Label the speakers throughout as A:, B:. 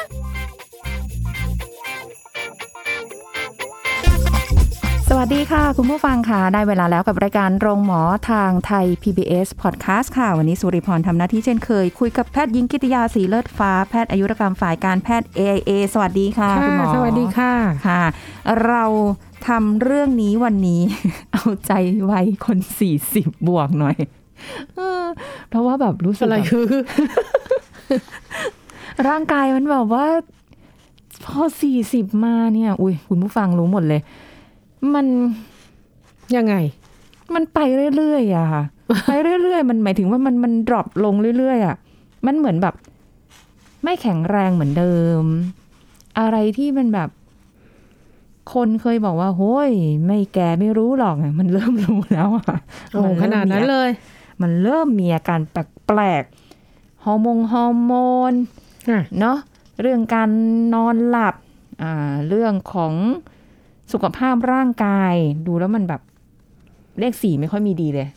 A: ล
B: สวัสดีค่ะ คุณผู้ฟังค่ะ ได้เวลาแล้วกับรายการโรงหมอทางไทย PBS Podcast ค่ะ วันนี้สุริพรทำหน้าที่เช่นเคย คุยกับแพทย์หญิงกิติยาสีเลิศฟ้า แพทย์อายุรกรรมฝ่ายการแพทย์ AIA สวัสดีค่ะ คุณหมอ
C: สวัสดีค่ะ
B: ค่ะ เราทำเรื่องนี้วันนี้ เอาใจไวยคน 40 บวกหน่อยเออเพราะว่าแบบรู้สึก
C: อะไร
B: แบบ
C: คือ
B: ร่างกายมันแบบว่า พอสี่สิบมาเนี่ย อุ้ยคุณผู้ฟังรู้หมดเลย มัน
C: ยังไง
B: มันไปเรื่อยๆ อะค่ะ ไปเรื่อยๆ มันหมายถึงว่ามันมันดรอปลงเรื่อยๆอะมันเหมือนแบบ ไม่แข็งแรงเหมือนเดิม อะไรที่มันแบบ คนเคยบอกว่าโฮ้ย ไม่แกไม่รู้หรอกอะมันเริ่มรู้แล้วอะ
C: โอ้โห
B: มั
C: ข
B: เริ่ม
C: นาดนั้น
B: มีอะ
C: เลย
B: มันเริ่มมีอาการแปลกๆ ฮอร์โมนฮอร์โมน
C: อ่ะ
B: เนาะเรื่องการนอนหลับอ่าเรื่องของสุขภาพร่างกาย ดูแล้วมันแบบเลขสี่ไม่ค่อยมีดีเลย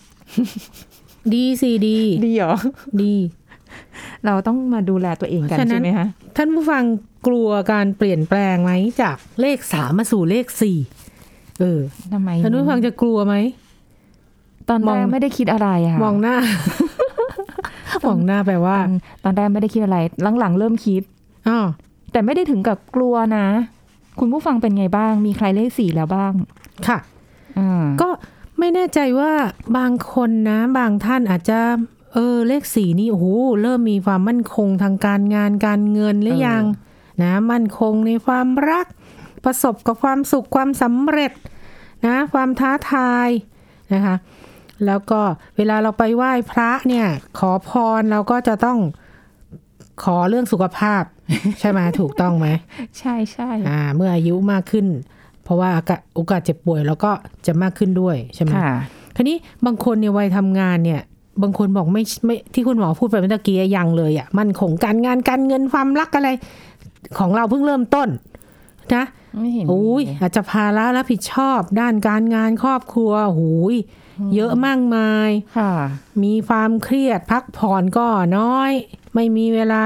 C: ดีสิดี
B: ดีเหรอ
C: ดี
B: เราต้องมาดูแลตัวเองกัน
C: ฉะนั้น
B: ใช่ไหมคะ
C: ท่านผู้ฟังกลัวการเปลี่ยนแปลงไหมจากเลขสามมาสู่เลขสี่เออ
B: ทำไม
C: ท่านผู้ฟังจะกลัวไหม
B: ตอน
C: ม
B: แร
C: อง
B: กไม่ได้คิดอะไรอะ
C: มองหน้า มองหน้าแปลว่า
B: ตอนตอนแรกไม่ได้คิดอะไร หลังๆ เริ่มคิด
C: อ๋อ
B: แต่ไม่ได้ถึงกับกลัวนะ คุณผู้ฟังเป็นไงบ้าง มีใครเลขสี่แล้วบ้าง
C: ค่ะ
B: อ่า
C: ก็ไม่แน่ใจว่าบางคนนะ บางท่านอาจจะ เออ เลขสี่นี่โอ้โหเริ่มมีความมั่นคงทางการงานการเงินหรือยัง นะ มั่นคงในความรัก ประสบกับความสุขความสำเร็จ นะ ความท้าทายนะคะ แล้วก็เวลาเราไปไหว้พระเนี่ย ขอพรเราก็จะต้องขอเรื่องสุขภาพ ใช่ไหมถูกต้องไหม
B: ใช่ใช่
C: อ่าเมื่ออายุมากขึ้น เพราะว่าอากาโอกาสเจ็บป่วยแล้วก็จะมากขึ้นด้วยใช่ไหม
B: ค่ะ
C: คันนี้บางคนเนี่ยวัยทำงานเนี่ย บางคนบอกไม่ไม่ที่คุณหมอพูดไปเมื่อตะกี้อะยังเลยอะ่ะมันของการงานการเงินความรักอะไร ของเราเพิ่งเริ่มต้นนะ
B: ไม่เห็นมี
C: อุ้ย
B: เลย
C: อาจจะภาระรับผิดชอบ ด้านการงานครอบครัวหูยเยอะมากมาย
B: ค่ะ
C: มีความเครียดพักผ่อนก็น้อย ไม่มีเวลา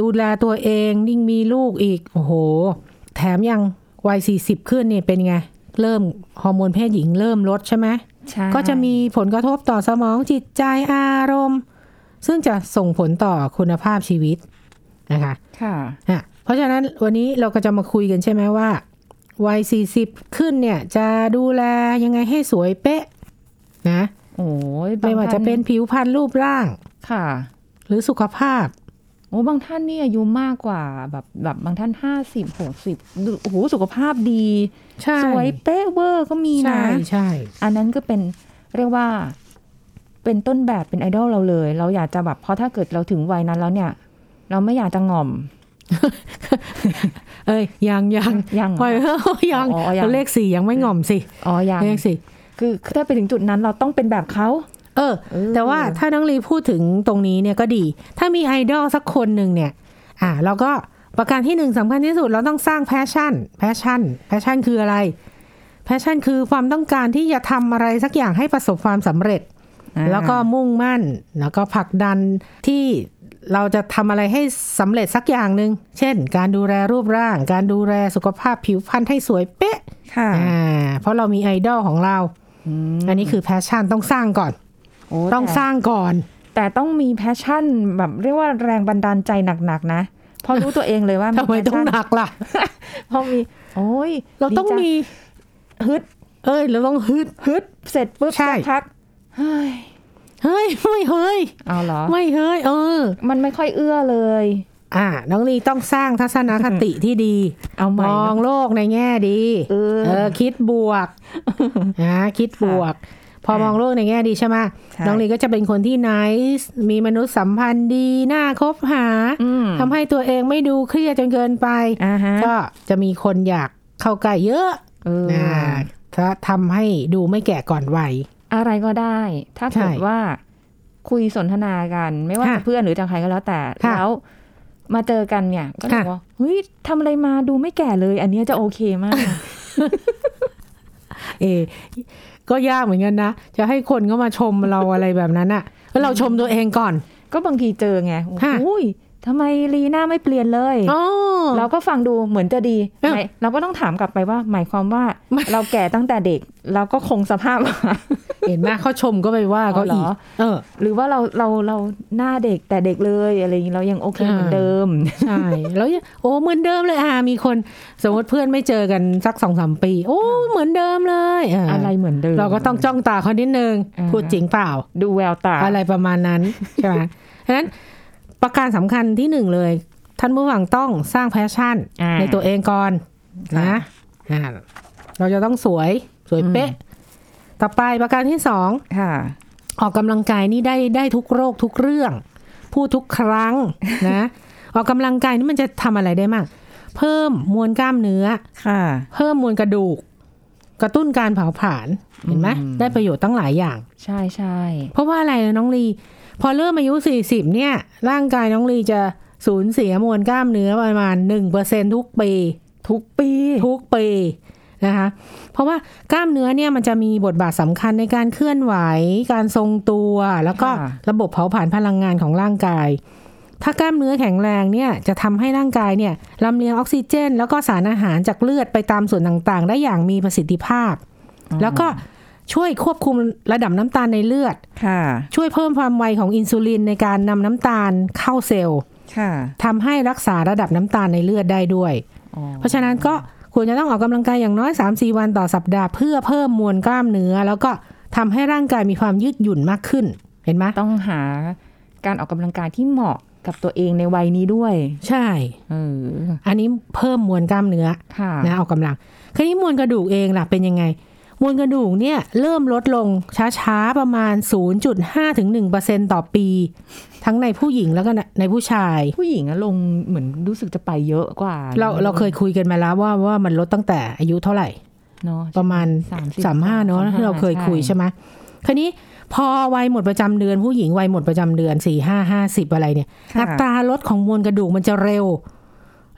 C: ดูแลตัวเองยิ่งมีลูกอีก โอ้โห แถมยังวัยสี่สิบขึ้นเนี่ยเป็นไง เริ่มฮอร์โมนเพศหญิงเริ่มลดใช่ไหม
B: ใช่
C: ก็จะมีผลกระทบต่อสมองจิตใจอารมณ์ ซึ่งจะส่งผลต่อคุณภาพชีวิตนะคะ
B: ค่ะ
C: อ่ะเพราะฉะนั้นวันนี้เราก็จะมาคุยกันใช่ไหมว่าวัยสี่สิบขึ้นเนี่ยจะดูแลยังไงให้สวยเป๊ะนะ
B: โอ้ยบง
C: ไม่ว่าจะ
B: ท่
C: เป็นผิวพรรณรูปร่าง
B: ค่ะ
C: หรือสุขภาพ
B: โอ้บางท่านนี่อายุมากกว่าแบบแบบบางท่านห้าสิบหกสิบโอ้โหสุขภาพดี
C: ใช่
B: สวยเป๊ะเวอร์ก็มี
C: ใช่
B: นะ
C: ใช่
B: อันนั้นก็เป็นเรียกว่า เป็นต้นแบบเป็นไอดอลเราเลย เราอยากจะแบบเพราะถ้าเกิดเราถึงวัยนั้นแล้วเนี่ย เราไม่อยากจะง่อม
C: เอ้ยยังยัง
B: ยัง
C: ปล่อยเถอะ ยัง
B: อ๋อยัง
C: เราเลขสี่ยังไม่หง่อมสิ
B: อ๋อยัง
C: เลขสี่
B: คือคือถ้าไปถึงจุดนั้นเราต้องเป็นแบบเขา
C: เออ
B: เออ
C: แต่ว่าถ้าน้องลีพูดถึงตรงนี้เนี่ยก็ดี ถ้ามีไอดอลสักคนหนึ่งเนี่ย อ่าเราก็ประการที่หนึ่งสำคัญที่สุดเราต้องสร้างแพชชั่นแพชชั่นแพชชั่นคืออะไรแพชชั่นคือความต้องการที่จะทำอะไรสักอย่างให้ประสบความสำเร็จ
B: อ่า
C: แล้วก็มุ่งมั่น แล้วก็ผลักดันที่เราจะทำอะไรให้สำเร็จสักอย่างหนึ่ง เช่น การดูแลรูปร่าง การดูแลสุขภาพผิวพรรณให้สวยเป๊ะ
B: ค่ะ
C: อ่าเพราะเรามีไอดอลของเรา
B: ม
C: อันนี้คือแพชชั่นต้องสร้างก่อน
B: โอ้
C: ต้อง
B: แต่
C: สร้างก่อน
B: แต่ต้องมีแพชชั่นแบบเรียกว่าแรงบันดาลใจหนักๆนะเพราะรู้ตัวเองเลยว่า
C: ทำไมต้องหนักล่ะ
B: เพราะมี โอ้ย
C: เราต้อง
B: ดีจั
C: มี
B: ฮึด
C: เอ้ย เราต้องฮึด
B: ฮึดเสร็จปุ๊บ
C: ใช่
B: สักพักเฮ้ย
C: เฮ้ย ไม่เฮ้ย
B: เอาเหรอ
C: ไม่เฮ้ย เออ
B: มันไม่ค่อยเอื้อเลย
C: อ่า น้องลีต้องสร้างทัศนคติที่ดี
B: เอาให
C: ม
B: ม่
C: อ
B: นะ
C: งโลกในแง่ดี
B: เออ
C: เออ คิดบวก นะคิดบวก พอมองโลกในแง่ดีใช่ไหม
B: ใช่
C: น้องลีก็จะเป็นคนที่ nice มีมนุษยสัมพันธ์ดีน่าคบหา
B: อืม
C: ทำให้ตัวเองไม่ดูเครียดจนเกินไป
B: อ่าฮะ
C: ก็จะมีคนอยากเข้าใกล้เยอะ
B: เออ
C: นะถ้าทำให้ดูไม่แก่ก่อนวัย
B: อะไรก็ได้ ถ้าเกิด
C: ใช่
B: ว่าคุยสนทนากัน ไม่ว่า
C: ค่ะ
B: จะเพื่อนหรือจะใครก็แล้วแต่
C: ค่ะ
B: แล้วมาเจอกันเนี่ย ก็บอก
C: ค่ะ
B: ว่าเฮ้ยทำอะไรมาดูไม่แก่เลย อันเนี้ยจะโอเคม าก
C: เออก็ยากเหมือนกันนะ จะให้คนก็มาชมเรา อะไรแบบนั้นอะแล้วเราชมตัวเองก่อน
B: ก็บางทีเจอไง
C: ค่ะ
B: โอ้ยทำไมลีน่าไม่เปลี่ยนเลย
C: อ๋อ
B: เราก็ฟังดูเหมือนจะดี
C: เอ้า
B: ไหนเราก็ต้องถามกลับไปว่า หมายความว่า
C: ไม่
B: เราแก่ตั้งแต่เด็ก เราก็คงสภาพ
C: เห็นไหมเขาชมก็ไปว่าเขาอีก
B: อ๋อเหรอ
C: เออ
B: หรือว่าเราเราเราหน้าเด็กแต่เด็กเลยอะไรอย่างนี้เรายังโอเค
C: อ่า
B: เหมือนเดิม
C: ใช่ แล้วยังโอ้เหมือนเดิมเลยอ่ามีคนสมมติเพื่อนไม่เจอกันสักสองสามปี โอ้เหมือนเดิมเลยา
B: อะไรเหมือนเดิม
C: เราก็ต้องจ้องตาเขานิดนึง
B: อ่า
C: พูดจริงเปล่า
B: ดูแววตา
C: อะไรประมาณนั้น ใช่ไหมฉะนั้นประการสำคัญที่หนึ่งเลย ท่านผู้ฟังต้องสร้างแพชชั่น
B: อ่า
C: ในตัวเองก่อนนะ
B: ค่ะ
C: อ่าเราจะต้องสวยสวย
B: อืม
C: เป๊ะ ต่อไปประการที่สอง
B: ค่ะ
C: ออกกำลังกายนี่ได้ได้ทุกโรคทุกเรื่อง พูดทุกครั้ง นะ ออกกำลังกายนี่มันจะทำอะไรได้มาก เพิ่มมวลกล้ามเนื้อ
B: ค่ะ
C: เพิ่มมวลกระดูก กระตุ้นการเผาผลาญเห็นไหม
B: อืม
C: ได้ประโยชน์ตั้งหลายอย่าง
B: ใช่ใช่
C: เพราะว่าอะไรนะน้องลี พอเริ่มอายุ 40 เนี่ย ร่างกายน้องลีจะสูญเสียมวลกล้ามเนื้อประมาณ 1%ทุกปี
B: ทุกปี
C: ทุกปีนะคะ เพราะว่ากล้ามเนื้อเนี่ยมันจะมีบทบาทสำคัญในการเคลื่อนไหว การทรงตัว แล้วก็ระบบเผาผลาญพลังงานของร่างกาย ถ้ากล้ามเนื้อแข็งแรงเนี่ยจะทำให้ร่างกายเนี่ยลำเลียงออกซิเจน แล้วก็สารอาหารจากเลือดไปตามส่วนต่างๆ ได้อย่างมีประสิทธิภาพ แล้วก็ช่วยควบคุมระดับน้ำตาลในเลือด
B: ค่ะ
C: ช่วยเพิ่มความไวของอินซูลินในการนำน้ำตาลเข้าเซลล์
B: ค่ะ
C: ทำให้รักษาระดับน้ำตาลในเลือดได้ด้วย
B: อ๋อ
C: เพราะฉะนั้นก็ควรจะต้องออกกำลังกายอย่างน้อย 3-4 วันต่อสัปดาห์เพื่อเพิ่มมวลกล้ามเนื้อ แล้วก็ทำให้ร่างกายมีความยืดหยุ่นมากขึ้น เห็นไหม
B: ต้องหาการออกกำลังกายที่เหมาะกับตัวเองในวัยนี้ด้วย
C: ใช่
B: เออ
C: อันนี้เพิ่มมวลกล้ามเนื้อ
B: ค่ะ
C: นะออกกำลังคราวนี้มวลกระดูกเองล่ะเป็นยังไง มวลกระดูกเนี่ยเริ่มลดลงช้าๆประมาณ 0.5ถึง1%ต่อปี ทั้งในผู้หญิงแล้วก็ในผู้ชาย
B: ผู้หญิงอะลงเหมือนรู้สึกจะไปเยอะกว่า
C: เราเราเคยคุยกันมาแล้วว่าว่ามันลดตั้งแต่อายุเท่าไหร่
B: เนาะ
C: ประมาณ
B: สามสิบ
C: สามห้าเนาะ
B: สามห้า
C: ที่เราเคยคุย
B: ใช่
C: ใช่ไหมคราวนี้พอวัยหมดประจำเดือนผู้หญิงวัยหมดประจำเดือนสี่ห้าห้าสิบอะไรเนี่ย
B: ค่ะ
C: อัตราลดของมวลกระดูกมันจะเร็ว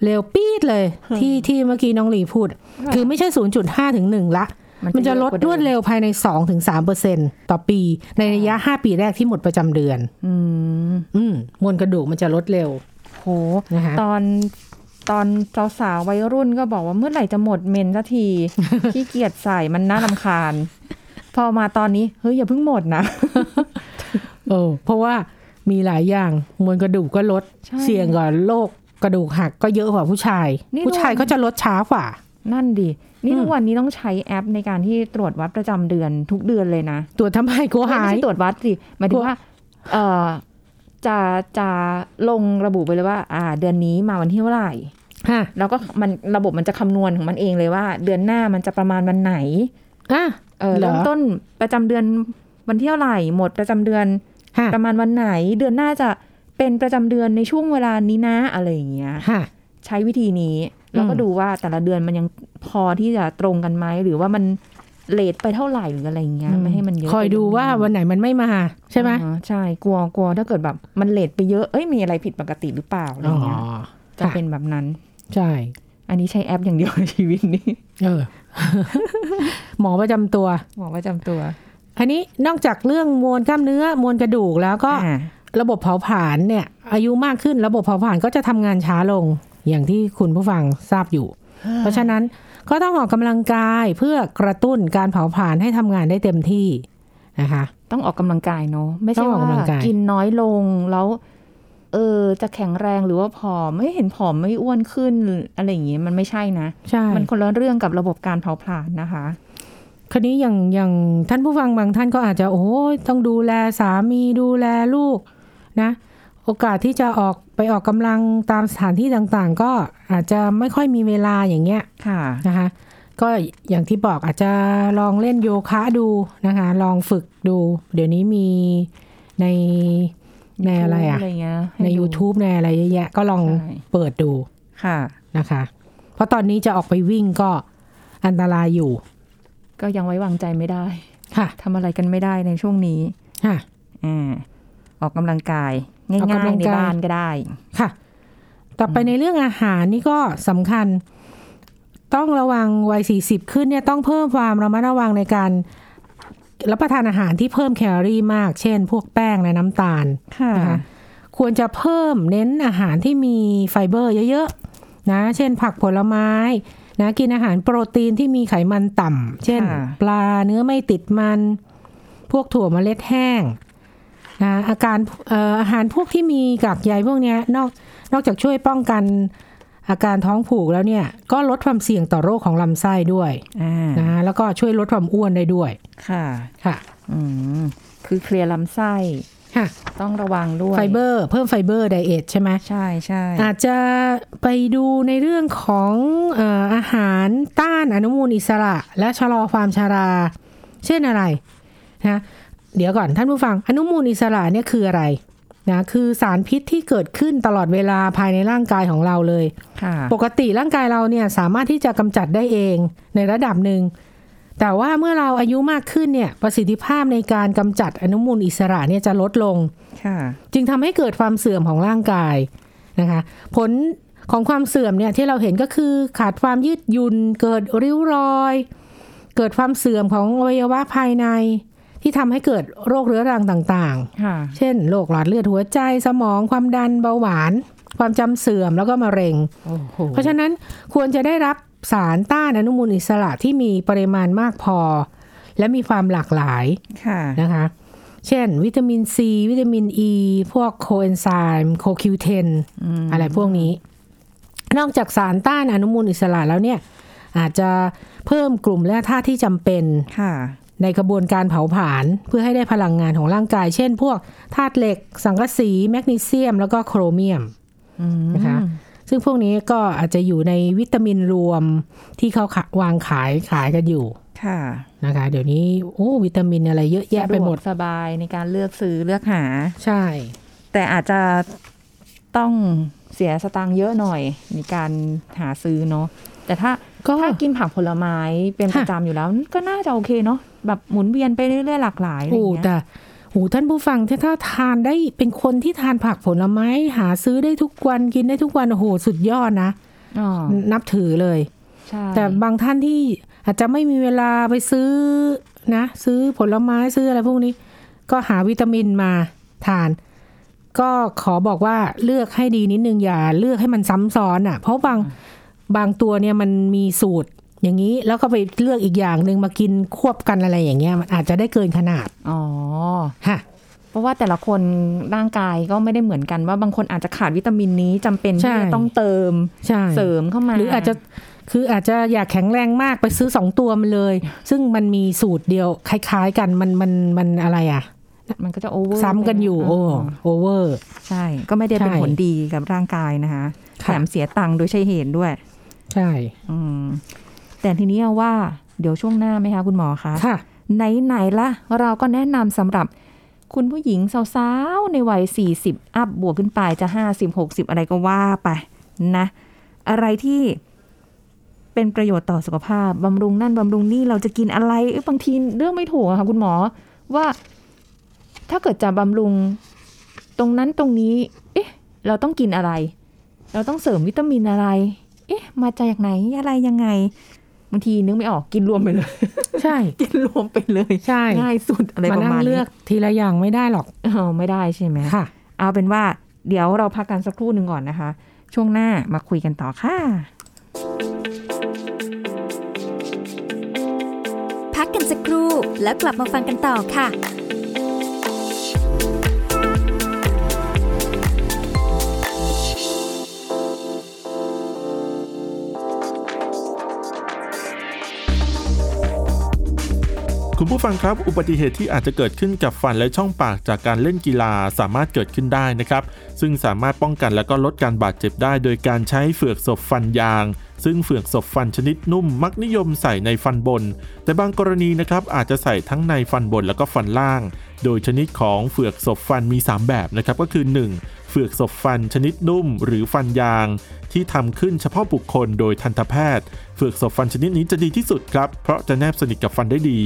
C: เร็วปี๊ดเลย ที่ที่เมื่อกี้น้องหลีพูด คือไม่ใช่ 0.5 ถึง 1 ละ มันจะลดรวดเร็วภายใน 2-3%ต่อปี ในระยะ 5 ปีแรกที่หมดประจำเดือน
B: อืม
C: อืมมวลกระดูกมันจะลดเร็ว
B: โห
C: นะคะ
B: ตอนตอนสาวๆวัยรุ่นก็บอกว่าเมื่อไหร่จะหมดเมนสัก ที ขี้เกียจใส่มันน่าลำคาญ พอมาตอนนี้เฮ้ยอย่าเพิ่งหมดนะ
C: เออเพราะว่ามีหลายอย่างมวลกระดูกก็ลด
B: ใช่
C: เสี่ยงกับโรคกระดูกหักก็เยอะกว่าผู้ชาย
B: นี่
C: ผู้ชายก็จะลดช้ากว่า
B: นั่นดินี่
C: อืม
B: ทุกวันนี้ต้องใช้แอปในการที่ตรวจวัดประจำเดือนทุกเดือนเลยนะ
C: ตัวจทำไมกลัวหา
B: ไม่
C: ย
B: ใช่ตรวจวัดสิหมายถึงว่าเออจะจะลงระบุไปเลยว่า อ่า เดือนนี้มาวันที่เท่าไหร่
C: ฮะ
B: แล้วก็มันระบบมันจะคำนวณของมันเองเลยว่า เดือนหน้ามันจะประมาณวันไหน
C: อ่ะ
B: เออ
C: เหรอ
B: เริ่มต้นประจำเดือนวันที่เท่าไหร่ หมดประจำเดือน
C: ฮะ
B: ประมาณวันไหนเดือนหน้าจะเป็นประจำเดือนในช่วงเวลานี้นะอะไรอย่างเงี้ย
C: ฮะ
B: ใช้วิธีนี้แล้วก็
C: อืม
B: ดูว่าแต่ละเดือนมันยังพอที่จะตรงกันไหมหรือว่ามันเลทไปเท่าไหร่หรืออะไรอย่างเงี้ยไม่ให้มันเยอะ
C: คอยดูว่าวันไหนมันไม่มา ใช่ไหม
B: อ่าใช่กลัวกลัวถ้าเกิดแบบมันเลทไปเยอะเอ้ยมีอะไรผิดปกติหรือเปล่าอะไร
C: อ๋อ
B: เงี้ยจะ
C: ค่ะ
B: เป็นแบบนั้น
C: ใช่
B: อันนี้ใช้แอปอย่างเดียวในชีวิตนี้
C: เอ อ หมอประจำตัว
B: หมอประจำตัว
C: อันนี้นอกจากเรื่องมวลกล้ามเนื้อมวลกระดูกแล้วก็
B: อ่า
C: ระบบเผาผลาญเนี่ย อายุมากขึ้นระบบเผาผลาญก็จะทำงานช้าลงอย่างที่คุณผู้ฟังทราบอยู่ เพราะฉะนั้นก็ต้องออกกำลังกายเพื่อกระตุ้นการเผาผลาญให้ทำงานได้เต็มที่นะคะ
B: ต้องออกกำลังกายเนาะไม่
C: ต้
B: ใช่
C: องออ
B: ว่าก
C: กำลังกาย
B: กินน้อยลงแล้ว เออจะแข็งแรงหรือว่าผอมไม่เห็นผอมไม่อ้วนขึ้นอะไรอย่างเงี้ยมันไม่ใช่นะ
C: ใช่
B: มันคนละเรื่องกับระบบการเผาผลาญนะคะ
C: คราวนี้อย่างอย่างท่านผู้ฟังบางท่านก็อาจจะโอ้ยต้องดูแลสามีดูแลลูกนะ โอกาสที่จะออกไปออกกำลังตามสถานที่ต่างๆ ก็อาจจะไม่ค่อยมีเวลาอย่างเงี้ย
B: ค่ะ
C: นะคะ ก็อย่างที่บอกอาจจะลองเล่นโยคะดูนะคะ ลองฝึกดู เดี๋ยวนี้มีในในอะไรอะ
B: อะไรเงี้ย
C: ใน
B: ห้ดู
C: YouTube ในอะไรเยอะแยะก็ลอง
B: ใช่
C: เปิดดู
B: ค่ะ
C: นะคะ เพราะตอนนี้จะออกไปวิ่งก็อันตรายอยู่
B: ก็ยังไว้วางใจไม่ได้
C: ค่ะ
B: ทำอะไรกันไม่ได้ในช่วงนี้
C: ค่ะ
B: อ่าออกกำลังกาย
C: ออ
B: ง่า
C: ก
B: ย
C: กำลัง
B: ๆใน
C: กาย
B: บ้านก็ได้
C: ค่ะ ต่อไปในเรื่องอาหารนี่ก็สำคัญ ต้องระวังวัย 40 ขึ้นเนี่ยต้องเพิ่มความระมัดระวังในการรับประทานอาหารที่เพิ่มแคลอรี่มาก เช่น พวกแป้งและน้ำตาล
B: ค่ะ
C: นะคะ ควรจะเพิ่มเน้นอาหารที่มีไฟเบอร์เยอะๆนะ เช่นผักผลไม้นะกินอาหารโปรตีนที่มีไขมันต่ำ เช่น
B: ค่ะ
C: ปลาเนื้อไม่ติดมัน พวกถั่วเมล็ดแห้งนะอาการเอ่ออาหารพวกที่มีกากใยพวกเนี้ยนอกนอกจากช่วยป้องกันอาการท้องผูกแล้วเนี่ย ก็ลดความเสี่ยงต่อโรคของลำไส้ด้วย
B: อ่า
C: นะแล้วก็ช่วยลดความอ้วนได้ด้วย
B: ค่ะ
C: ค่ะ
B: อืมคือเคลียร์ลำไส้
C: ค่ะ
B: ต้องระวังด้วย
C: ไฟเบอร์เพิ่มไฟเบอร์ไดเอทใช่ไหม
B: ใช่ใช่
C: อาจจะไปดูในเรื่องของเอ่ออาหารต้านอนุมูลอิสระ และชะลอความชารา เช่นอะไรนะเดี๋ยวก่อนท่านผู้ฟังอนุมูลอิสระเนี่ยคืออะไรนะคือสารพิษที่เกิดขึ้นตลอดเวลาภายในร่างกายของเราเลย
B: ค่ะ
C: ปกติร่างกายเราเนี่ยสามารถที่จะกำจัดได้เองในระดับหนึ่ง แต่ว่าเมื่อเราอายุมากขึ้นเนี่ยประสิทธิภาพในการกำจัดอนุมูลอิสระเนี่ยจะลดลง
B: ค่ะ
C: จึงทำให้เกิดความเสื่อมของร่างกายนะคะ ผลของความเสื่อมเนี่ยที่เราเห็นก็คือขาดความยืดหยุ่นเกิดริ้วรอย เกิดความเสื่อมของอวัยวะภายใน ที่ทำให้เกิดโรคเรื้อรังต่าง
B: ค่ะ
C: ๆ เช่นโรคหลอดเลือดหัวใจสมองความดันเบาหวาน ความจำเสื่อมแล้วก็มะเร็ง
B: โอ้โห
C: เพราะฉะนั้นควรจะได้รับสารต้านอนุมูลอิสระที่มีปริมาณมากพอ และมีความหลากหลาย
B: ค่ะ
C: นะคะ เช่น วิตามินซี วิตามินอ e, ีพวกโคเอนไซม์โคคิวเทนอะไรพวกนี้ นอกจากสารต้านอนุมูลอิสระแล้วเนี่ย อาจจะเพิ่มกลุ่มแร่ธาตุที่จำเป็น
B: ค่ะ
C: ในกระบวนการเผาผลาญเพื่อให้ได้พลังงานของร่างกาย เช่น พวกธาตุเหล็ก สังกะสี แมกนีเซียม แล้วก็โครเมียม
B: อืม
C: นะคะ ซึ่งพวกนี้ก็อาจจะอยู่ในวิตามินรวมที่เขาขะวางขายขายกันอยู่
B: ค่ะ
C: นะคะ เดี๋ยวนี้โอ้วิตามินอะไรเยอะแยะไปหมด
B: สะวกสบายในการเลือกซื้อเลือกหา
C: ใช่
B: แต่อาจจะต้องเสียสตางค์เยอะหน่อยในการหาซื้อเนาะแต่ถ้า
C: ก็
B: ถ้ากินผักผลไม้เป็นป
C: ค่ะ
B: ระจำอยู่แล้ว ก็น่าจะโอเคเนาะแบบหมุนเวียนไปเรื่อยๆหลากหลายอะไรอ
C: โอ้
B: ย่างเงี้ย
C: แต่โอ้ท่านผู้ฟังถ้าถ้าทานได้เป็นคนที่ทานผักผลไม้ หาซื้อได้ทุกวันกินได้ทุกวันโอ้โหสุดยอดนะ
B: อ๋อ
C: นับถือเลย
B: ใช่
C: แต่บางท่านที่อาจจะไม่มีเวลาไปซื้อนะ ซื้อผลไม้ซื้ออะไรพวกนี้ ก็หาวิตามินมาทาน ก็ขอบอกว่าเลือกให้ดีนิดนึงอย่าเลือกให้มันซ้ำซ้อนอ่ะ เพราะบางบางตัวเนี่ยมันมีสูตรอย่างนี้แล้วก็ไปเลือกอีกอย่างหนึ่งมากินควบกันอะไรอย่างเงี้ยมันอาจจะได้เกินขนาด
B: อ๋อ
C: ค่ะ
B: เพราะว่าแต่ละคนร่างกายก็ไม่ได้เหมือนกันว่าบางคนอาจจะขาดวิตามินนี้จำเป็น
C: ใช่
B: ที่จะต้องเติม
C: ใช่
B: เสริมเข้ามา
C: หรืออาจจะคืออาจจะอยากแข็งแรงมากไปซื้อสองตัวมาเลย ซึ่งมันมีสูตรเดียวคล้ายๆกันมันมันมันอะไรอ่ะ
B: มันก็จะโอเวอร์
C: ซ้ำกันอยู่ โอ้โอเวอร์
B: ใช่ ก็ไม่ได้เป็น
C: ใช่
B: ผลดีกับร่างกายนะคะแถ
C: ค่ะ
B: มเสียตังค์โดยใช่เหตุด้วย
C: ใช่
B: อืมแต่ทีนี้ว่าเดี๋ยวช่วงหน้าไหมคะคุณหมอคะ
C: ค่ะ
B: ไหนๆล่ะ เราก็แนะนำสำหรับคุณผู้หญิงสาวๆ ในวัย 40 อัพบวกขึ้นไปจะ 50 60 อะไรก็ว่าไปนะ อะไรที่เป็นประโยชน์ต่อสุขภาพบำรุงนั่นบำรุงนี่เราจะกินอะไรเอ้ยบางทีเรื่องไม่ถูกอะค่ะคุณหมอว่าถ้าเกิดจะบำรุงตรงนั้นตรงนี้ เอ๊ะ เราต้องกินอะไร เราต้องเสริมวิตามินอะไร เอ๊ะ มาจากไหนอะไรยังไงบางทีนึกไม่ออกกินรวมไปเลย
C: ใช่
B: กินรวมไปเลย
C: ใช่
B: ง่ายสุดอะไร
C: มา
B: ประ
C: นั่ง
B: มาณ
C: เลื
B: นี้
C: อกทีละอย่างไม่ได้หรอก
B: เออไม่ได้ใช่ไหม
C: ค่ะ
B: เอาเป็นว่าเดี๋ยวเราพักกันสักครู่หนึ่งก่อนนะคะ ช่วงหน้ามาคุยกันต่อค่ะ
A: พักกันสักครู่แล้วกลับมาฟังกันต่อค่ะ
D: เ คุณผู้ฟังครับอุบัติเหตุที่อาจจะเกิดขึ้นกับฟันและช่องปากจากการเล่นกีฬาสามารถเกิดขึ้นได้นะครับ ซึ่งสามารถป้องกันและก็ลดการบาดเจ็บได้ โดยการใช้เฟือกศพฟันยาง ซึ่งเฟือกศพฟันชนิดนุ่มมักนิยมใส่ในฟันบน แต่บางกรณีนะครับอาจจะใส่ทั้งในฟันบนและก็ฟันล่าง โดยชนิดของเฟือกศพฟันมี 3 แบบนะครับก็คือ 1. เฟือกศพฟันชนิดนุ่ม หรือฟันยาง ที่ทำขึ้นเฉพาะบุคคลโดยทันตแพทย์ เฟือกศพฟันชนิดนี้จะดีที่สุดครับ เพราะจะแนบสนิทกับฟันได้ดี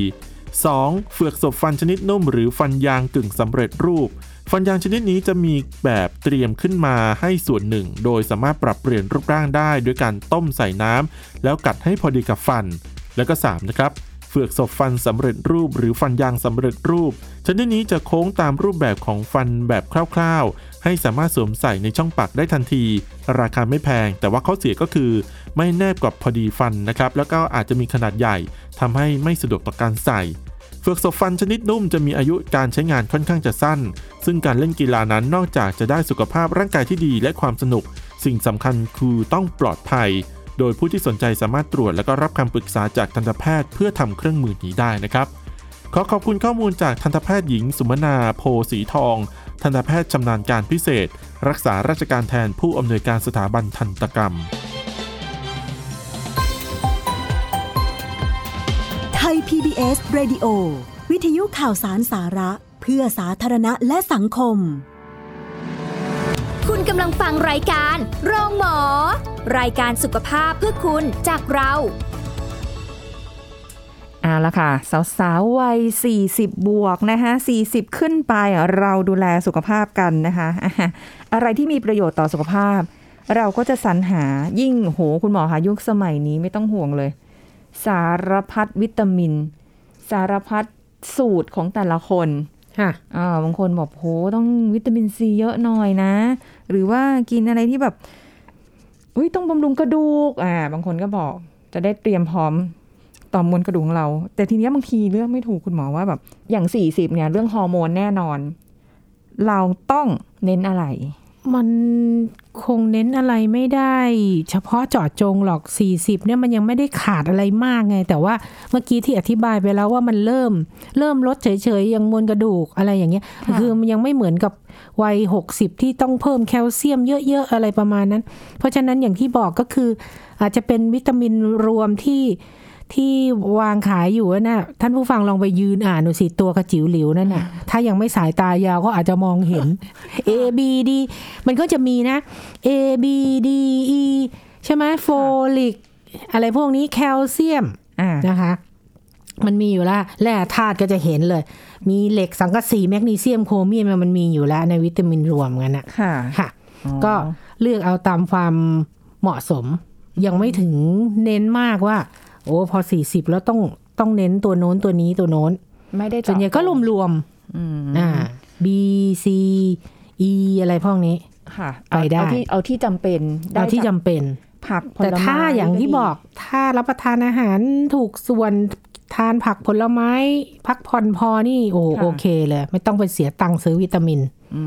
D: 2. เฟือกศพฟันชนิดนุ่ม หรือฟันยางกึ่งสำเร็จรูป ฟันยางชนิดนี้จะมีแบบเตรียมขึ้นมาให้ส่วนหนึ่ง โดยสามารถปรับเปลี่ยนรูปร่างได้ ด้วยการต้มใส่น้ำแล้วกัดให้พอดีกับฟัน แล้วก็ 3 นะครับ เฟือกศพฟันสำเร็จรูป หรือฟันยางสำเร็จรูป ชนิดนี้จะโค้งตามรูปแบบของฟันแบบคร่าวๆ ให้สามารถสวมใส่ในช่องปากได้ทันที ราคาไม่แพง แต่ว่าข้อเสียก็คือ ไม่แนบกับพอดีฟันนะครับ แล้วก็อาจจะมีขนาดใหญ่ทำให้ไม่สะดวกต่อการใส่ เฟือกศพฟันชนิดนุ่มจะมีอายุการใช้งานค่อนข้างจะสั้น ซึ่งการเล่นกีฬานั้นนอกจากจะได้สุขภาพร่างกายที่ดีและความสนุก สิ่งสำคัญคือต้องปลอดภัย โดยผู้ที่สนใจสามารถตรวจและก็รับคำปรึกษาจากทันตแพทย์เพื่อทำเครื่องมือนี้ได้นะครับ ขอขอบคุณข้อมูลจากทันตแพทย์หญิงสุมนาโพสีทอง ทันตแพทย์ชำนาญการพิเศษ รักษาราชการแทนผู้อำนวยการสถาบันทันตกรรม
E: ไทย PBS Radio วิทยุข่าวสารสาระ เพื่อสาธารณะและสังคม
A: คุณกำลังฟังรายการโรงหมอ รายการสุขภาพเพื่อคุณจากเรา
B: เอาละค่ะ สาวๆวัย 40 บวกนะคะ40 ขึ้นไปเราดูแลสุขภาพกันนะคะ อ่ะอะไรที่มีประโยชน์ต่อสุขภาพ เราก็จะสรรหายิ่งโหคุณหมอคะยุคสมัยนี้ไม่ต้องห่วงเลย สารพัดวิตามิน สารพัดสูตรของแต่ละคน
C: ค่ะ
B: อ่าบางคนบอกโหต้องวิตามินซีเยอะหน่อยนะ หรือว่ากินอะไรที่แบบอุ้ยต้องบำรุงกระดูกอ่าบางคนก็บอกจะได้เตรียมพร้อมต่อมวลกระดูกของเรา แต่ทีเนี้ยบางทีเลือกไม่ถูกคุณหมอว่าแบบอย่าง 40เนี่ยเรื่องฮอร์โมนแน่นอน เราต้องเน้นอะไร
C: มันคงเน้นอะไรไม่ได้ เฉพาะเจาะจงหรอก 40เนี่ยมันยังไม่ได้ขาดอะไรมากไง แต่ว่าเมื่อกี้ที่อธิบายไปแล้วว่ามันเริ่ม เริ่มลดเฉยๆ ยังมวลกระดูกอะไรอย่างเงี้ย
B: ค่ะ
C: คือมันยังไม่เหมือนกับวัย 60 ที่ต้องเพิ่มแคลเซียมเยอะๆ อะไรประมาณนั้น เพราะฉะนั้นอย่างที่บอกก็คือ อาจจะเป็นวิตามินรวมที่ที่วางขายอยู่นะท่านผู้ฟังลองไปยืนอ่านดูสิตัวกระจิ๋วหลิวนั่นน่ะถ้ายังไม่สายตายาวก็อาจจะมองเห็น A B D มันก็จะมีนะ A B D E ใช่ไหมโฟลิก อะไรพวกนี้แคลเซียม
B: อ่า
C: นะคะ มันมีอยู่แล้วแร่ธาตุก็จะเห็นเลย มีเหล็กสังกะสีแมกนีเซียมโครเมียมมันมีอยู่แล้วในวิตามินรวมกันนะ
B: ค่ะ
C: ค่ะ
B: อ๋อ
C: ก็เลือกเอาตามความเหมาะสม ยังไม่ถึงเน้นมากว่า โอ้พอ 40 แล้วต้องต้องเน้นตัวโน้นตัวนี้ตัวโน้น
B: ไม่ได้
C: ส่วนใหญ่ก็รวมรวม
B: อืม
C: ๆอ่า B C E อะไรพวกนี้
B: ค่ะ
C: ไปได้
B: เอาที่เอาที่จำเป็น
C: เอาที่จำเป็น
B: กผักผลไม้
C: แต่ถ้าอย่างที่บอกถ้ารับประทานอาหารถูกส่วนทานผักผลไม้ พักผ่อนพอนี่โอ้โอเคเลย ไม่ต้องไปเสียตังค์ซื้อวิตามิน
B: อื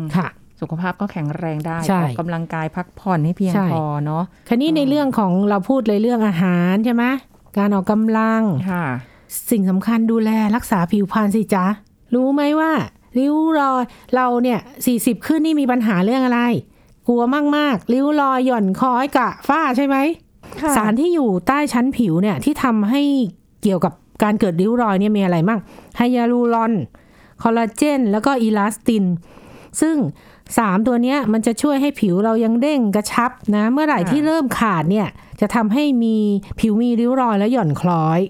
B: ม
C: ค่ะ
B: สุขภาพก็แข็งแรงได้
C: ใช่
B: ออกกำลังกายพักผ่อนให้เพียง
C: ใช่
B: พอเนาะ
C: คันนี้ในเรื่องของเราพูดเลยเรื่องอาหารใช่ไหมการออกกำลัง
B: ค่ะ
C: สิ่งสำคัญดูแลรักษาผิวพรรณสิจ๊ะ รู้ไหมว่า ริ้วรอยเราเนี่ยสี่สิบขึ้นนี่มีปัญหาเรื่องอะไร กลัวมากๆ ริ้วรอยหย่อนคล้อยกะฝ้าใช่ไหม สารที่อยู่ใต้ชั้นผิวเนี่ยที่ทำให้เกี่ยวกับการเกิดริ้วรอยเนี่ยมีอะไรบ้างไฮยาลูรอน คอลลาเจน แล้วก็อีลาสติน ซึ่ง 3 ตัวเนี้ยมันจะช่วยให้ผิวเรายังเด้งกระชับนะ เมื่อไหร่ที่เริ่มขาดเนี่ยจะทำให้มีผิวมีริ้วรอยและหย่อนคล้อย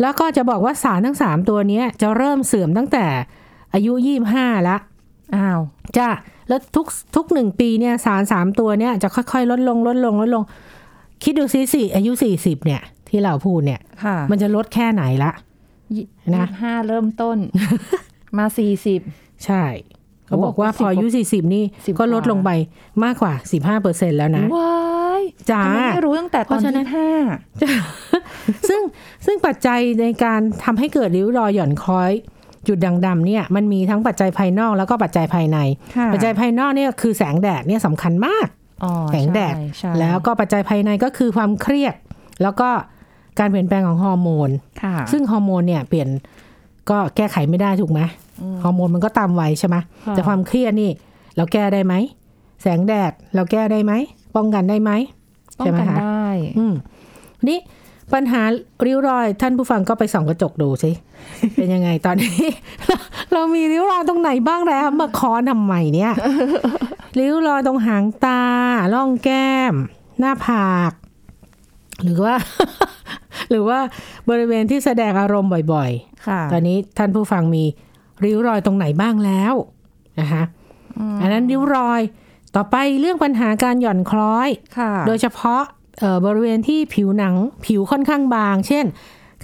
C: แล้วก็จะบอกว่าสารทั้ง 3 ตัวเนี้ยจะเริ่มเสื่อมตั้งแต่อายุ 25แล้ว
B: อ้าว
C: จ้ะแล้วทุกทุกหนึ่งปีเนี่ยสารสามตัวเนี่ยจะค่อยๆ ลดลงลดลงลดลง คิดดูซิสิอายุสี่สิบเนี่ย ที่เราพูดเนี่ย
B: ค่ะ
C: มันจะลดแค่ไหนละ
B: ยี่
C: นะ
B: ยี่สิบห้าเริ่ม ต้น มาสี่สิบ
C: ใช่ เขาบอกว่า
B: โอ้
C: พออายุสี่สิบนี่
B: สิบ
C: ก็ล
B: ก
C: ด
B: ว่า
C: ลงไปมากกว่าสิบห้าเปอร์เซ็นแล้วนะ
B: ว้าย
C: จ้า
B: ทำไมไม่รู้ตั้งแต่ตอน
C: เพราะฉะนั้
B: ที่
C: น
B: ห้า
C: ซึ่งซึ่งปัจจัยในการทำให้เกิดริ้วรอยหย่อนคล้อย จุดด่างดำเนี่ยมันมีทั้งปัจจัยภายนอกแล้วก็ปัจจัยภายใน
B: ค่ะ
C: ปัจจัยภายนอกเนี่ยคือแสงแดดเนี่ยสำคัญมาก
B: อ๋อ
C: แสงแดด
B: ใช่ใช่
C: แล้วก็ปัจจัยภายในก็คือความเครียด แล้วก็ การเปลี่ยนแปลงของฮอร์โมน
B: ค่ะ
C: ซึ่งฮอร์โมนเนี่ยเปลี่ยนก็แก้ไขไม่ได้ถูกไหมฮอร์โมนมันก็ตามวัยใช่ไหม
B: ค่ะ
C: แต่ความเครียดนี่เราแก้ได้ไหม แสงแดดเราแก้ได้ไหม ป้องกันได้ไหม
B: ป้อง
C: ใช่ไหม
B: กัน
C: คะ
B: ได้
C: อืมนี่ปัญหาริ้วรอยท่านผู้ฟังก็ไปส่องกระจกดูสิ เป็นยังไงตอนนี้ เราเรามีริ้วรอยตรงไหนบ้างแล้วมาคอนทำไมเนี่ย ริ้วรอยตรงหางตาร่องแก้ม หน้าผาก หรือว่า หรือว่าบริเวณที่แสดงอารมณ์บ่อย ๆ
B: ค่ะ
C: ตอนนี้ท่านผู้ฟังมีริ้วรอยตรงไหนบ้างแล้วนะคะอันนั้นริ้วรอยต่อไปเรื่องปัญหาการหย่อนคล้อย
B: ค่ะ
C: โดยเฉพาะเอ่อบริเวณที่ผิวหนังผิวค่อนข้างบาง เช่น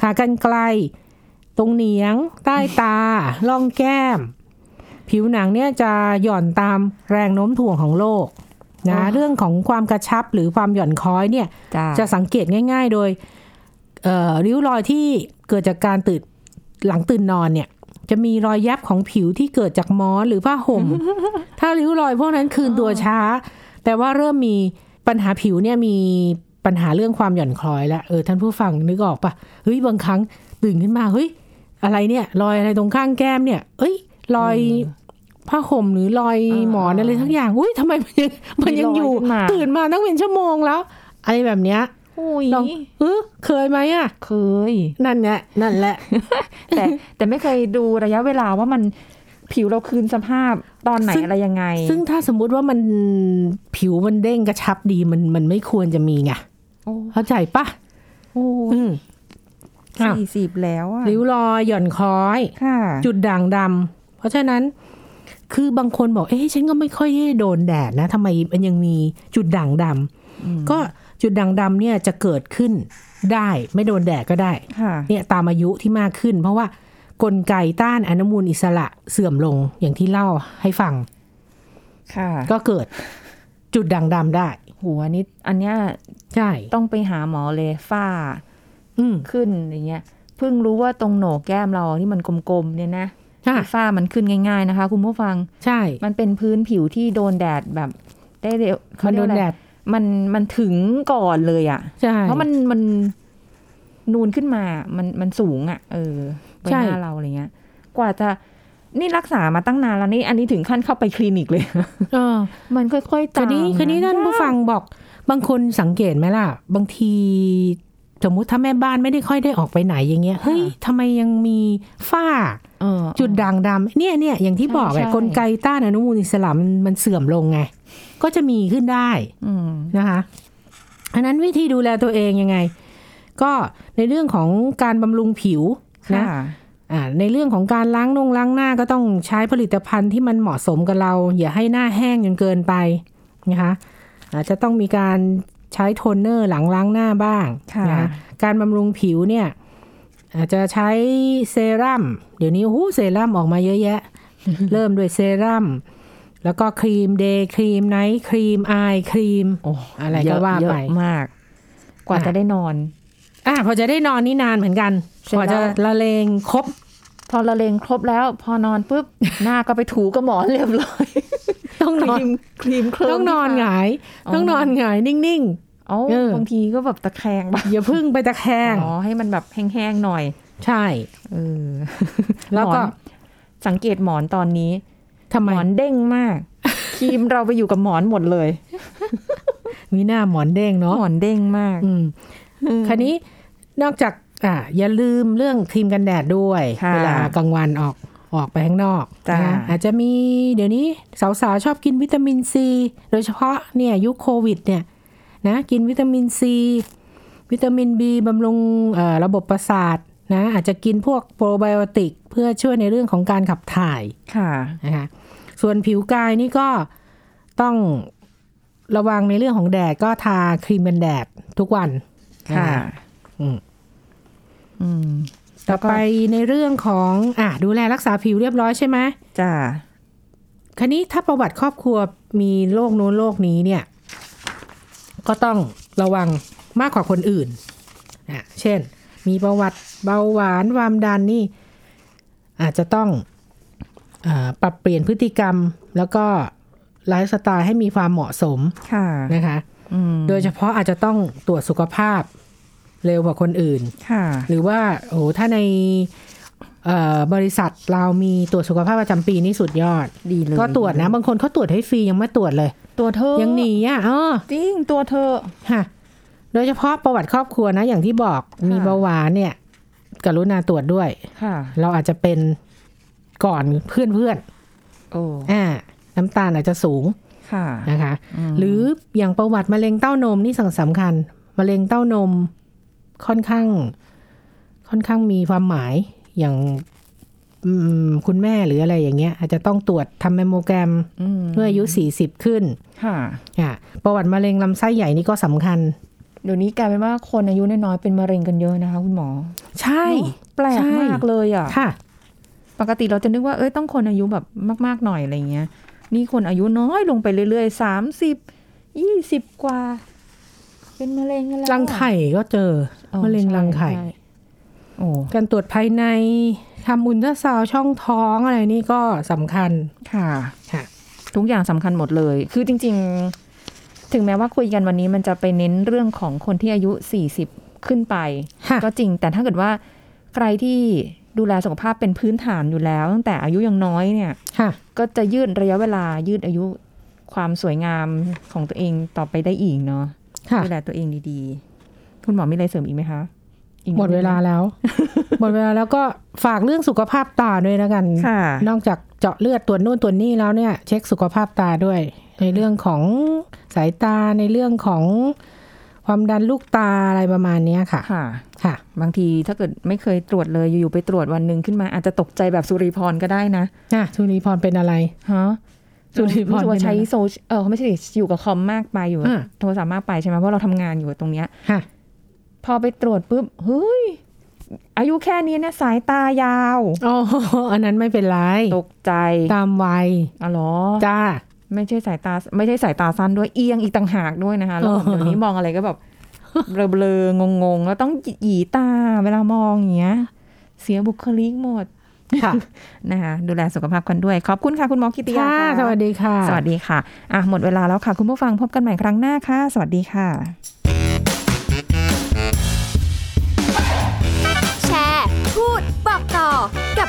C: ขากรรไกรตรงเหนียง ใต้ตา ล่องแก้ม ผิวหนังเนี่ยจะหย่อนตามแรงโน้มถ่วงของโลกนะ
B: อ๋อ
C: เรื่องของความกระชับหรือความหย่อนคล้อยเนี่ย
B: จ้า
C: จะสังเกตง่าย ๆ โดยเอ่อริ้วรอยที่เกิดจากการตื่นหลังตื่นนอนเนี่ย จะมีรอยยับของผิวที่เกิดจากหมอนหรือผ้า ห่ม ถ้าริ้วรอยพวกนั้นคืนตัวช้า แปลว่าเริ่มมีปัญหาผิวเนี่ยมีปัญหาเรื่องความหย่อนคล้อยแล้วเออท่านผู้ฟังนึกออกปะเฮ้ยบางครั้งตื่นขึ้นมาเฮ้ยอะไรเนี่ยรอยอะไรตรงข้างแก้มเนี่ย เอ้ยรอยผ้าห่มหรือรอยหมอนอะไรทั้งอย่างอุ้ยทำไมมันยังมันยังอยู่ ตื่นมาตั้งเป็นชั่วโมงแล้วอะไรแบบเนี้ย
B: อุ้ย
C: ลอง เออเคยไหมอ่ะ
B: เคย
C: นั่นแหละนั่นแหละ
B: แต่ แต่ไม่เคยดูระยะเวลาว่ามันผิวเราคืนสภาพตอนไหน
C: ซึ่ง
B: อะไรยังไง
C: ซึ่งถ้าสมมุติว่ามันผิวมันเด้งกระชับดีมันมันไม่ควรจะมีไง
B: โอ้
C: เข้าใจปะ
B: โอ้
C: อืมอ้าว
B: สี่สิบแล้วอะ
C: ริ้วรอยหย่อนคล้อย
B: ค่ะ
C: จุดด่างดำเพราะฉะนั้น คือบางคนบอก เอ๊ะฉันก็ไม่ค่อยได้โดนแดดนะทำไมมันยังมีจุดด่างดำก็จุดด่างดำเนี่ยจะเกิดขึ้นได้ไม่โดนแดดก็ได้
B: ค่ะ
C: เนี่ยตามอายุที่มากขึ้น เพราะว่ากลไกต้านอนุมูลอิสระเสื่อมลงอย่างที่เล่าให้ฟัง
B: ค่ะ
C: ก็เกิดจุดด่างดำได้
B: โหัวนี้อันเนี้ย
C: ใช่
B: ต้องไปหาหมอเลยฝ้า
C: อืม
B: ขึ้นอย่างเงี้ยเพิ่งรู้ว่าตรงโหนกแก้มเราที่มันกลมๆเนี่ยนะ
C: ใช่
B: ฝ้ามันขึ้นง่าย ๆ นะคะคุณผู้ฟัง
C: ใช่
B: มันเป็นพื้นผิวที่โดนแดดแบบได้เร็วเขา
C: มัน
B: เรี
C: โด
B: ยก
C: น
B: อะไร
C: แดด
B: มันมันถึงก่อนเลยอ่ะ
C: ใช่
B: เพราะมันมันนูนขึ้นมา มันมันสูงอะ่ะ เออใบห
C: ใช่
B: น้าเราอะไรเงี้ย กว่าจะนี่รักษามาตั้งนานแล้วนี่ อันนี้ถึงขั้นเข้าไปคลินิกเลย
C: เออ
B: มันค่อยๆ
C: ค
B: ตาร
C: าม วนี้
B: ะ
C: คราวนี้ท่านผู้ฟังบอกบางคนสังเกตไหมล่ะ บางที สมมุติถ้าแม่บ้านไม่ได้ค่อยได้ออกไปไหนอย่างเงี้ยเฮ้ยทำไมยังมีฝ้า
B: เออ
C: จุดด่างดำเนี่ยเนี่ยอย่างที่
B: ใช่
C: บอกไง
B: ใช่
C: กลไกต้านอนุมูลอิสระมันมันเสื่อมลงไง ก็จะมีขึ้นได้
B: อืม
C: นะคะอันนั้นวิธีดูแลตัวเองยังไง ก็ในเรื่องของการบำรุงผิวนะ
B: ค่ะ
C: อ่าในเรื่องของการล้างนงล้างหน้าก็ต้องใช้ผลิตภัณฑ์ที่มันเหมาะสมกับเรา อย่าให้หน้าแห้งจนเกินไปนะคะอาจจะต้องมีการใช้โทนเนอร์หลังล้างหน้าบ้าง
B: ค่ะ
C: นะคะการบำรุงผิวเนี่ยอาจจะใช้เซรั่มเดี๋ยวนี้โอ้โหเซรั่มออกมาเยอะแย ะ เริ่มด้วยเซรั่มแล้วก็ครีมเดย์ครีมไนท์ครีมอายครีม
B: โอ้
C: อะไร
B: เย
C: ก็ว่า
B: เย
C: ไป
B: อะมาก กว่า
C: อ่ะ
B: จะได้นอน
C: อ่ะพอจะได้นอนนี่นานเหมือนกัน
B: เสร็จ
C: กว่าจะ
B: แล้ว
C: ละเลงครบ
B: พอละเลงครบแล้ว พอนอนปุ๊บ หน้าก็ไปถูกับหมอนเรียบร้ อย
C: ต้องนอ
B: ค
C: น
B: รีมครีมเคลิ้ม
C: ต้องนอน
B: ที่
C: ห
B: ทา
C: งาย
B: อ๋อ
C: ต้องนอนหงายนิ่ง
B: เอ้า
C: เออ
B: บางทีก็แบบตะแคงบ้าง
C: ๆ อย่าพึ่งไปตะแคง
B: อ๋อให้มันแบบแห้งๆหน่อย
C: ใช่
B: เออ
C: แล้วก็
B: หมอนสังเกตหมอนตอนนี้
C: ทำ
B: ห
C: ไม
B: มอนเด้งม าก ครีมเราไปอยู่กับหมอนหมดเลย
C: มีหน้าหมอนเด้งเนาะ
B: หมอนเด้งมาก
C: อืมคราวนี้นอกจากอ่ะอย่าลืมเรื่องครีมกันแดดด้วย
B: ค่ะ
C: เวลากลางวันออกออกไปข้างนอก
B: จ้า
C: นะอาจจะมีเดี๋ยวนี้สาวๆชอบกินวิตามินซี โดยเฉพาะเนี่ยยุคโควิดเนี่ยนะกินวิตามินซี วิตามินบีบำรุงเอ่อระบบประสาทนะอาจจะกินพวกโปรไบโอติก เพื่อช่วยในเรื่องของการขับถ่าย
B: ค่ะ
C: นะคะส่วนผิวกายนี่ก็ต้องระวังในเรื่องของแดดก็ทาครีมกันแดดทุกวัน
B: ค่ะ
C: น อืม
B: อืม
C: ต่อไปในเรื่องของอ่ะดูแลรักษาผิวเรียบร้อยใช่ไหม
B: จ้า
C: คันนี้ถ้าประวัติครอบครัวมีโรคโน้นโรคนี้เนี่ย ก็ต้องระวังมากกว่าคนอื่นอ่ะเช่น มีประวัติเบาหวานความดันนี่ อาจจะต้องอาปรับเปลี่ยนพฤติกรรม แล้วก็ไลฟ์สไตล์ให้มีความเหมาะสม
B: ค่ะ
C: นะคะ
B: อืม
C: โดยเฉพาะอาจจะต้องตรวจสุขภาพ เร็วกว่าคนอื่น
B: ค่ะ
C: หรือว่าโอ้โหถ้าในเอ่อบริษัทเรามีตรวจสุขภาพประจำปีนี่สุดยอด
B: ดีเลย
C: ก็ตรวจนะ บางคนเขาตรวจให้ฟรียังไม่ตรวจเลย
B: ตัวเธอ
C: ยังหนีอ่ะเออ
B: จริงตัวเธอ
C: ค่ะ โดยเฉพาะประวัติครอบครัวนะ อย่างที่บอกมีเบาหวานเนี่ย กรุณาตรวจด้วย
B: ค่ะ
C: เราอาจจะเป็นก่อนเพื่อนเพื่อน
B: โอ้
C: ๆอ่าน้ำตาลอาจจะสูง
B: ค่ะ
C: นะคะ หรืออย่างประวัติมะเร็งเต้านมนี่สำคัญมะเร็งเต้านมค่อนข้าง ค่อนข้างมีความหมายอย่างอืมคุณแม่หรืออะไรอย่างเงี้ย อาจจะต้องตรวจทำแมมโมแกรม
B: อืม
C: เมื่ออายุ 40 ขึ้น
B: ค่ะ
C: อ่ะประวัติมะเร็งลำไส้ใหญ่นี่ก็สำคัญ
B: เดี๋ยวนี้กลายเป็นว่าคนอายุน้อยๆเป็นมะเร็งกันเยอะนะคะคุณหมอ
C: ใช่
B: เนอะแปลก
C: ใช่
B: มากเลยอ่ะ
C: ค่ะ
B: ปกติเราจะนึกว่าเอ้ยต้องคนอายุแบบมาก ๆ หน่อยอะไรเงี้ย นี่คนอายุน้อยลงไปเรื่อยๆสามสิบยี่สิบกว่า เป็นมะเร็งกันแล้วอะ
C: รังไข่ก็เจอ
B: อ๋อ
C: มะเร็ง
B: ใช่
C: รังไข่
B: ใช่โอ้
C: การตรวจภายในทำอุลตราซาวด์ช่องท้องอะไรนี่ก็สำคัญ
B: ค่ะ
C: ค่ะ
B: ทุกอย่างสำคัญหมดเลย คือจริง ๆ ถึงแม้ว่าคุยกันวันนี้มันจะไปเน้นเรื่องของคนที่อายุ 40 ขึ้นไป
C: ค่ะ
B: ก็จริง แต่ถ้าเกิดว่าใครที่ดูแลสุขภาพเป็นพื้นฐานอยู่แล้ว ตั้งแต่อายุยังน้อยเนี่ย
C: ค่ะ
B: ก็จะยืดระยะเวลายืดอายุความสวยงามของตัวเองต่อไปได้อีกเนาะ
C: ค่ะ
B: ดูแลตัวเองดีๆ คุณหมอมีอะไรเสริมอีกไหมคะอีกนิ
C: หมดเวลา
B: ไ
C: แล้ว หมดเวลาแล้วก็ฝากเรื่องสุขภาพตาด้วยแล้วกัน
B: หมค่ะ
C: นอกจากเจาะเลือดตรวจนู่นตรวจนี่แล้วเนี่ย เช็คสุขภาพตาด้วย ในเรื่องของสายตาในเรื่องของความดันลูกตาอะไรประมาณเนี้ยค่ะ
B: ค่ะ
C: ค่ะ
B: บางทีถ้าเกิดไม่เคยตรวจเลยอยู่ๆไปตรวจวันหนึ่งขึ้นมาอาจจะตกใจแบบสุริพรก็ได้นะ
C: น่ะสุริพรเป็นอะไร
B: ฮะ
C: สุริพร
B: สึกว่าใช้
C: เป็นอะไร
B: โซเชียลเออไม่ใช่ดิอยู่กับคอมมากไปอยู่กับ
C: อ่า
B: โทรศัพท์มากไปใช่ไหมเพราะเราทำงานอยู่กับตรงเนี้ย
C: ค่ะ
B: พอไปตรวจปุ๊บเฮ้ยอายุแค่นี้เนี่ยสายตายาว
C: อ๋อ อันนั้นไม่เป็นไร
B: ตกใจ
C: ตามวัย
B: อ๋อเหรอ
C: จ้า
B: ไม่ใช่สายตาไม่ใช่สายตาสั้นด้วยเอียงอีกต่างหากด้วยนะคะแล้วแบบ
C: เออ
B: เดี๋ยวนี้มองอะไรก็แบบเบลอๆงงๆ แล้วต้องหยีตาเวลามองอย่างเงี้ย เสียบุคลิกหมด
C: ค่ะ
B: นะคะดูแลสุขภาพกันด้วย ขอบคุณค่ะ คุณหมอกิติยา
C: ค่ะ
B: ค่ะ
C: สวัสดีค่ะ
B: สวัสดีค่ะอ่ะ หมดเวลาแล้วค่ะ คุณผู้ฟังพบกันใหม่ครั้งหน้าค่ะ สวัสดีค่ะ
A: แชร์ พูด บอกต่อ กับ